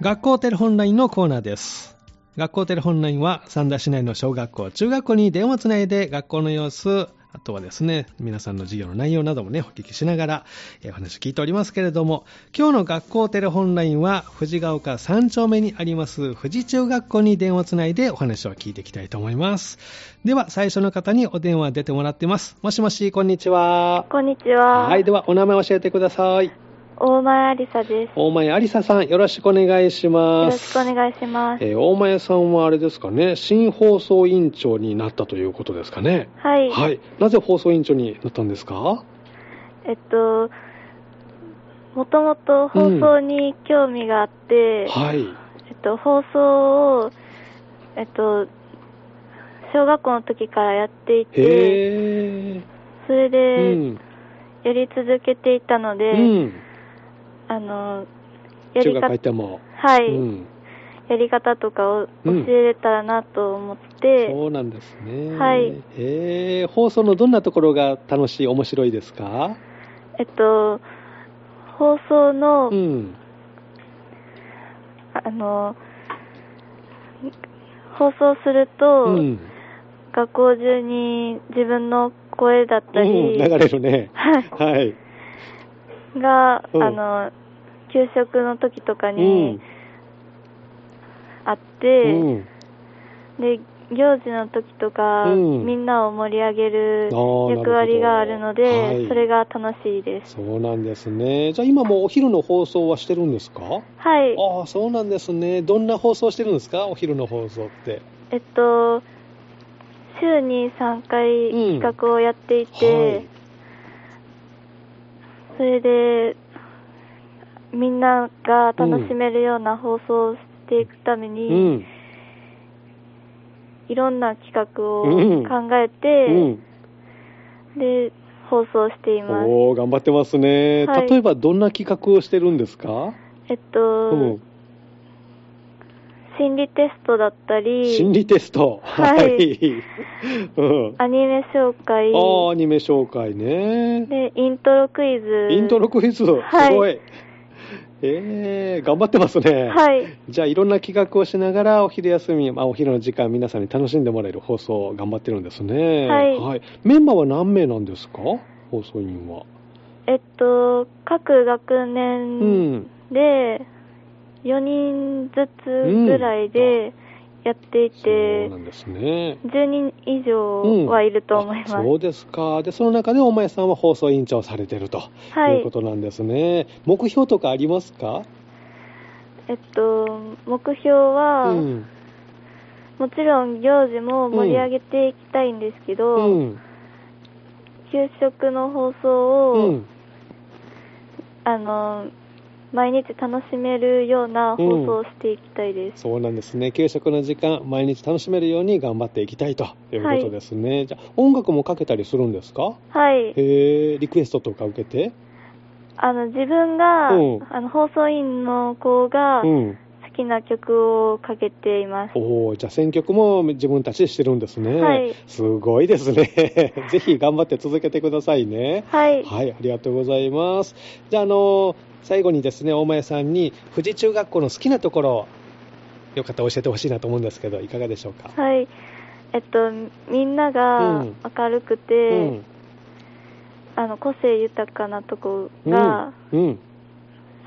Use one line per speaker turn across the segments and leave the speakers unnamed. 学校テレホンラインのコーナーです。学校テレホンラインは三田市内の小学校、中学校に電話つないで学校の様子、あとはですね、皆さんの授業の内容などもね、お聞きしながら、えーお話を聞いておりますけれども、今日の学校テレホンラインは、富士ヶ丘三丁目にあります、富士中学校に電話つないでお話を聞いていきたいと思います。では、最初の方にお電話出てもらってます。もしもし、こんにちは。
こんにちは。
はい、では、お名前教えてください。
大前ありさです。よ
大前ありささん、よろしくお願いしま
ろ
す。
しくお願いします。
えー大前さんはあれですかね、新放送委員長になったということですかね。
はい、
はい。なぜ放送委員長になったんですか
えっと、もともと放送に興味があって、
はい。
えっと、放送を、えっと、小学校の時からやっていて、
へ
それ
え。う
で、
ん。
やり続けていたので、
うん。
あの、や
中
り
学入っ
方、
ても。
はい、
うん。
やり方とかを教えれたらなと思って、
そうなんですね。
はい
へえ。放送のどんなところが楽しい、面白いですか
えっと、放送の、
うん。
あの、放送すると、
うん。
学校中に自分の声だった
う
り、
ん。流れるね。
はい
はい。
が、
うん
あの、給食の時とか
う
に
ん。
あっ
う
て、
ん。
で、行事の時とか、
うん
みんなを盛り上げる
あー
役割があるので、
なるほどはい
それが楽しいです。
そうなんですね。じゃあ今もお昼の放送はしてるんですか
はい。
ああ、そうなんですね。どんな放送してるんですかお昼の放送って。
えっと、週に3回
うん
企画をやっていて、
はい
それでみんなが楽しめるような放送をしていくため
う
に、
ん。
いろんな企画
うん
を考えて、
うん。
で放送しています。
おー、頑張ってますね。
はい
例えばどんな企画をしてるんですか
えっと、
うん。
心理テストだった
心
り、
理テスト。
はい
い。うん。
アニメ紹介、
ああ、アニメ紹介ね。
でイントロクイズ、
イントロクイズ、すご
はい
い。えー、頑張ってますね。
はい、
じゃあいろんな企画をしながらお昼休み、まあ、お昼の時間皆さんに楽しんでもらえる放送を頑張ってるんですね、
はい
メンバーは何名なんですか放送員は
えっと各学
う
年
ん
で4人ずつぐらいでやってい
そう
て、
なんですね
10人以上はいると思います。
あそうですかでその中でお前さんは放送委員長をされてると、、
はい
う
い
こ。となんですね目標とかありますか
えっと、目標は、
うん
もちろん行事も盛り上げていきたいんですけ
う
ど、
ん
給食の放送を、
うん
あの、毎日楽しめるような放送をしていきたいです。
そうなんですね給食の時間毎日楽しめるように頑張っていきたいということですね、じゃあ音楽もかけたりするんですか
はい。
へえ、リクエストとか受けて、
あの、自分が、
うん
あの、放送委員の子が、
う
好
ん、
きな曲をかけています。
おお、じゃあ選曲も自分たちでしてるんですね。
はい
すごいですね。 ぜひ頑張って続けてくださいね。
はい。
はい、ありがとうございます。じゃあ、あの、最後にですね、大前さんに、富士中学校の好きなところ、よかったら教えてほしいなと思うんですけど、いかがでしょうか。
はい。えっと、みんなが
うん
明るくて、
うん、
あの個性豊かなとこが
うん、うん。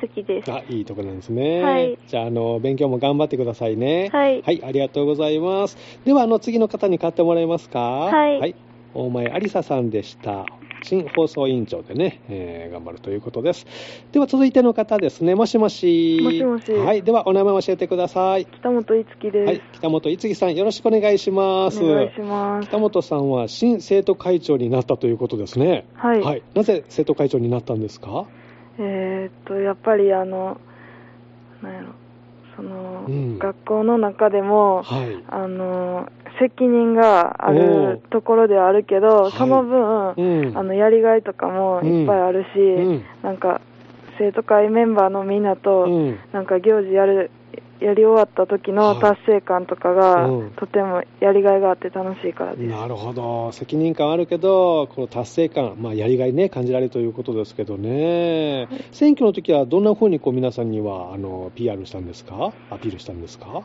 好きです。
あ、いいとこなんですね。
はい
じゃあ、あの、勉強も頑張ってくださいね。
はい
はい、ありがとうございます。では、あの、次の方に買ってもらえますか。
はい
大前ありささんでした。新放送委員長でね、えー頑張るということです。では、続いての方ですね。もしもし。
もしもし
はい、では、お名前教えてください。
北本いつきです。
はい、北本いつぎさん、よろしくお願いします。
お願いします。
北本さんは新生徒会長になったということですね。
はい。
なぜ生徒会長になったんですか。
えーっと、やっぱりあの、なんやろ、その、
うん
学校の中でも、
はい。
あの、責任がある
おー
ところではあるけ
はい
ど、その分、
うん
あの、やりがいとかもいっぱいあるし、
うん
なんか、生徒会メンバーのみんなと、
うん
なんか行事やるやり終わった時
は
の
い
達成感とかが、
うん
とてもやりがいがあって楽しいからです。
なるほど責任感あるけどこの達成感、まあ、やりがいね感じられるということですけどね選挙の時はどんなふうにこう皆さんにはあの PR したんですかアピールしたんですか、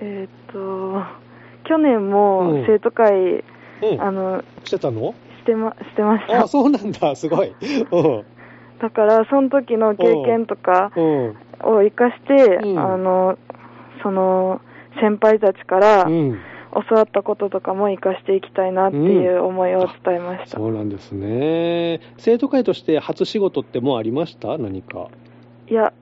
えーっと、去
う
年
ん
も生徒会、
うん、
あの、
してたの
してま、してまし
あ
た。
そうなんだすごい、うん
だから、その時の経験とか
うん
を活かして、
うん
あの、その、先輩たちから
うん、
教わったこととかも活かしていきたいなっていう思いを伝えました。
そうなんですね生徒会として初仕事ってもうありました何か
いや、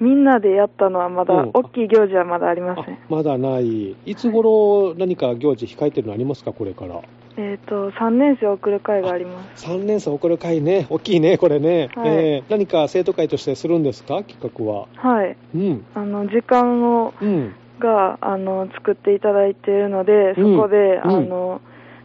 みんなでやったのはまだ
うん、
大きい行事はまだありません。
まだないいつ頃何か行事控えてるのありますかこれから
えっ、と、3年生送る会があります。
3年生送る会ね大きいねこれね、
はい
えー何か生徒会としてするんですか企画は
はい。
うん
あの、時間を、
うん
が、あの、作っていただいているので、そこ
う
で、
ん
あの、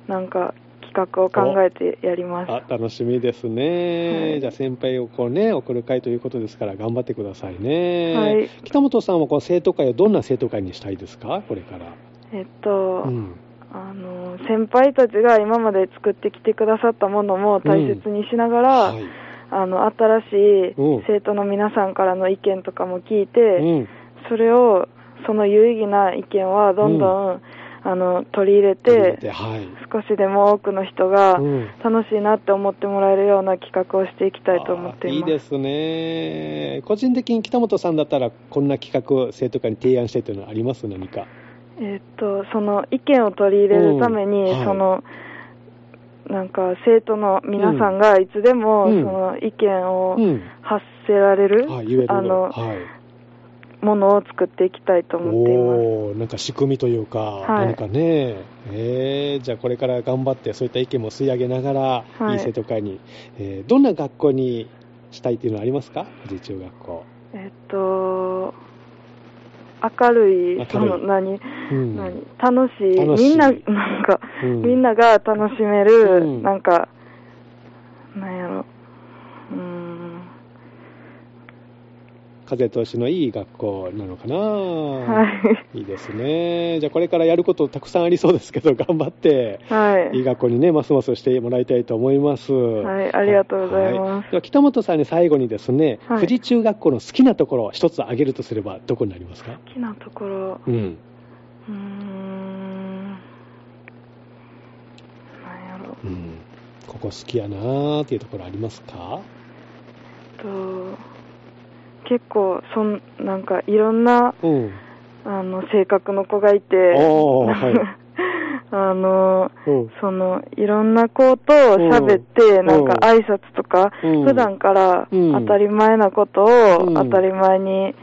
なんか、企画を考えてやります。
あ楽しみですね、
はい
じゃあ先輩をこうね送る会ということですから頑張ってくださいね、
はい
北本さんはこう生徒会をどんな生徒会にしたいですかこれから
えっと、
うん
あの、先輩たちが今まで作ってきてくださったものも大切にしながら、
はい
あの、新しい
うん
生徒の皆さんからの意見とかも聞いて、
うん
それを、その有意義な意見はどんどん、あの、取り入れ
取り入れ
て、
てはい
少しでも多くの人が
うん
楽しいなって思ってもらえるような企画をしていきたいと思ってい
あ
ま
ーい
す。
いですね個人的に北本さんだったらこんな企画を生徒会に提案したいというのはあります何か
えーっと、その意見を取り入れるために、
うんはい
その、なんか生徒の皆さんがいつでも、
うん
その意見を
うん
発せられる、
はい言える
あの、
はい
ものを作っていきたいと思っています。
おーなんか仕組みというか、
はい
何かね、えーじゃあこれから頑張ってそういった意見も吸い上げながら、
はい
い、い生徒会に、えーどんな学校にしたいっていうのはありますか富士中学校、
えーっと、明るい、
明るい
その何、
うん
何楽しい
楽しい
みんな なんか、
うん
みんなが楽しめる、
うん
なんかなんやろうーん
風通しのいい学校なのかな、
はい
いいですねじゃあこれからやることたくさんありそうですけど頑張って
はい
いい学校にね、ますますしてもらいたいと思います。は
はいありがとうございます
はでは北本さんに最後にですね、
はい
富士中学校の好きなところを一つ挙げるとすれば、どこになりますか
好きなところ
うん。
うーんなんやろ
うん。ここ好きやなーっていうところありますか
と結構そんなんかいろんな
うん。
あの性格の子がいて
おーはい
あの
うん。
そのいろんな子と喋って、
うん
なんか挨拶とか、
うん
普段から
うん
当たり前なこ
う
とを
ん
当たり前に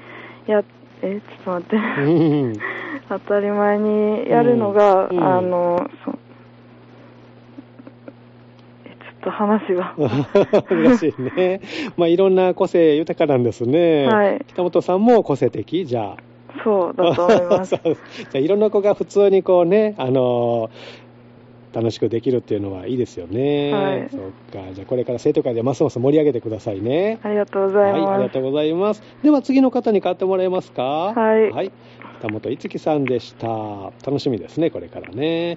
やっ、え、ちょっと待って、
うん。
当たり前にやるのが、
うん
あの、そえ、ちょっと話が、
難しいね。まあ、いろんな個性豊かなんですね。
はい
北本さんも個性的じゃあ。
そうだと思います
そ。うじゃあいろんな子が普通にこうね、あのー楽しくできるっていうのはいいですよね。
はい
そっか。じゃあこれから生徒会でますます盛り上げてくださいね。
ありがとうござい
あり
ま
が
す。
とうございます。では次の方に買ってもらえますか。
はい
北本いつきさんでした。楽しみですね、これからね。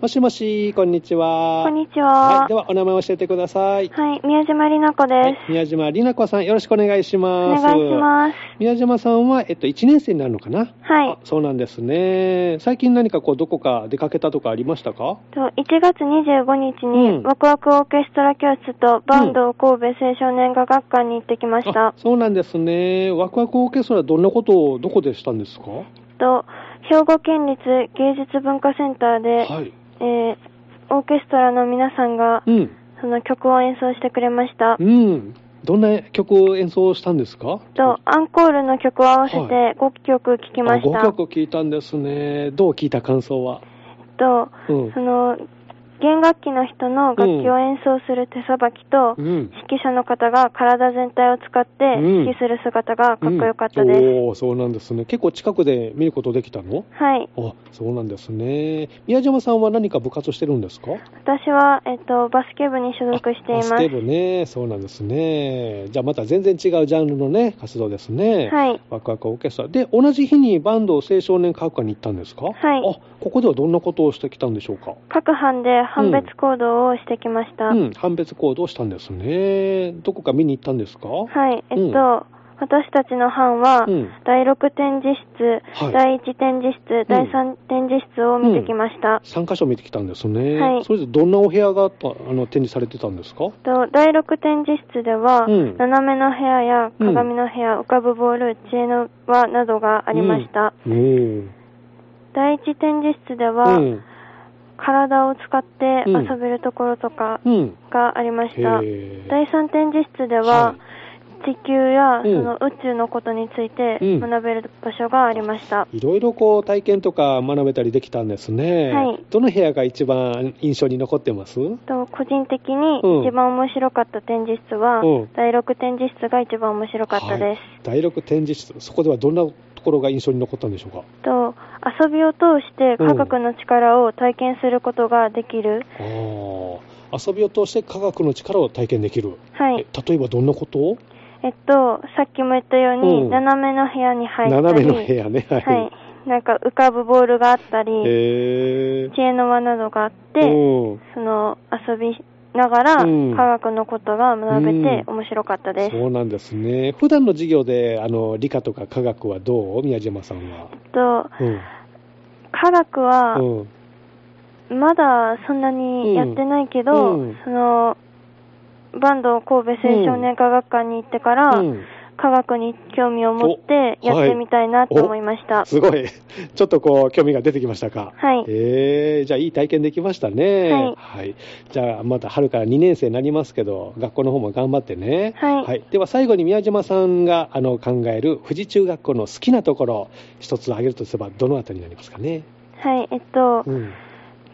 もしもし、こんにちは。
こんにち
は
は。
い。ではお名前教えてください。
はい、宮島里奈子
は
で
い宮島里奈子さん、よろしくお願いし
す。
ます。
お願いします。
宮島さんは、えっと、1年生になるのかな
はい
あ。そうなんですね。最近何かこう、どこか出かけたとかありましたか
と1月25日
うん
にワクワクオーケストラ教室と坂東神戸青少年画学館に行ってきました。
あそうなんですね。ワクワクオーケストラ、どんなことを、どこでしたんですか
と兵庫県立芸術文化センターで、
はい。
えーオーケストラの皆さんが
うん。
その曲を演奏してくれました。
うん。どんな曲を演奏したんですか
とアンコールの曲を合わせ
は
て5曲聴きました。
あ5曲聴いたんですね。どう聴いた感想は
と
うん
そ。の弦楽器の人の楽器を演奏する手さばきと、
うん。
指揮者の方が体全体を使って
うん
指揮する姿がかっこよかったです。
うんおーそうなんですね。結構近くで見ることできたの
はい。
あ、そうなんですね。宮島さんは何か部活してるんですか
私は、えっと、バスケ部に所属してい
あ
ます。
バスケ部ね、そうなんですね。じゃあまた全然違うジャンルのね、活動ですね。
はい。
ワクワクオーケストラ。で、同じ日にバンド青少年科学館に行ったんですかはいあ、ここではどんなことをしてきたんでしょうか
各班で判別行動をしてきました。
うん、判別行動をしたんですね。どこか見に行ったんですかは
はい。えっと、
うん
私たちの班は、
うん
第6展示室、
はい
第1展示室、
ん
第3展示室を見てきました。
3箇所見てきたんですね。
はい
それでどんなお部屋があったあの展示されてたんですか
と第6展示室では、
うん
斜めの部屋や鏡の部屋、浮かぶボール、知恵の輪などがありました。
うん。
第1展示室では、
うん。
体を使って
うん
遊べるところとか
うん。
がありまし
へ
た。
え。
第3展示室で
は
は、地球や
うん
その宇宙のことについて
うん
学べる場所がありました。
いろいろこう体験とか学べたりできたんですね。
はい
どの部屋が一番印象に残ってます
と個人的に
うん
一番面白かった展示室は、
うん
第6展示室が一番面白かったで
はい第6展示室、そこではどんなところが印象に残ったんでしょうか
す。と遊びを通して科学の力を体験することができる。
あー遊びを通して科学の力を体験できる、
はい。
え例えばどんなこと、
えっと、さっきも言ったように、
うん
斜めの部屋に入ったり、
斜めの部屋ね、は、
はいい、なんか浮かぶボールがあったり、
えー、
知恵の輪などがあって、
うん
その遊びながら、
うん
科学のことが学べて
う
面白かったです。
そうなんですね普段の授業であの理科とか科学はどう宮島さんは、
と
うん
科学は、
うん
まだそんなにやってないけど、
うん
そのバンド神戸青少年科学館に行ってから、
うん
科学に興味を持って
お
やってみたいなと思いました。
すごい、ちょっとこう興味が出てきましたか。
はい
えーじゃあいい体験できましたね。
はい
じゃあまた春から2年生になりますけど、学校の方も頑張ってね。
はい
では最後に宮島さんがあの考える富士中学校の好きなところ、一つ挙げるとすればどのあたりになりますかね。
はい、えっと、
うん。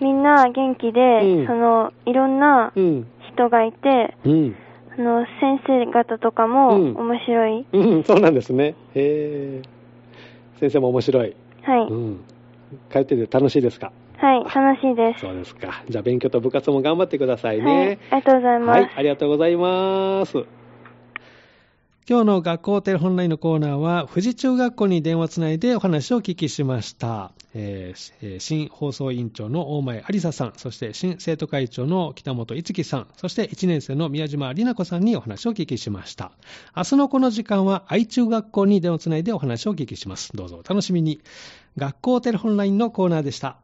みんな元気で、
うん
そのいろんな
うん。
人がいて、
うん。
あの先生方とかも
うん
面白い、
うん、そうなんですね。へー先生も面白い。
はい、
うん。通ってて楽しいですか
はい、楽しいです。
そうですか。じゃあ勉強と部活も頑張ってくださいね。
はい、ありがとうございます。
はい、ありがとうございます。今日の学校テレホンラインのコーナーは、富士中学校に電話つないでお話をお聞きしました。えーしえー新放送委員長の大前有沙さん、そして新生徒会長の北本一樹さん、そして1年生の宮島里奈子さんにお話をお聞きしました。明日のこの時間は愛中学校に電話つないでお話をお聞きします。どうぞお楽しみに。学校テレホンラインのコーナーでした。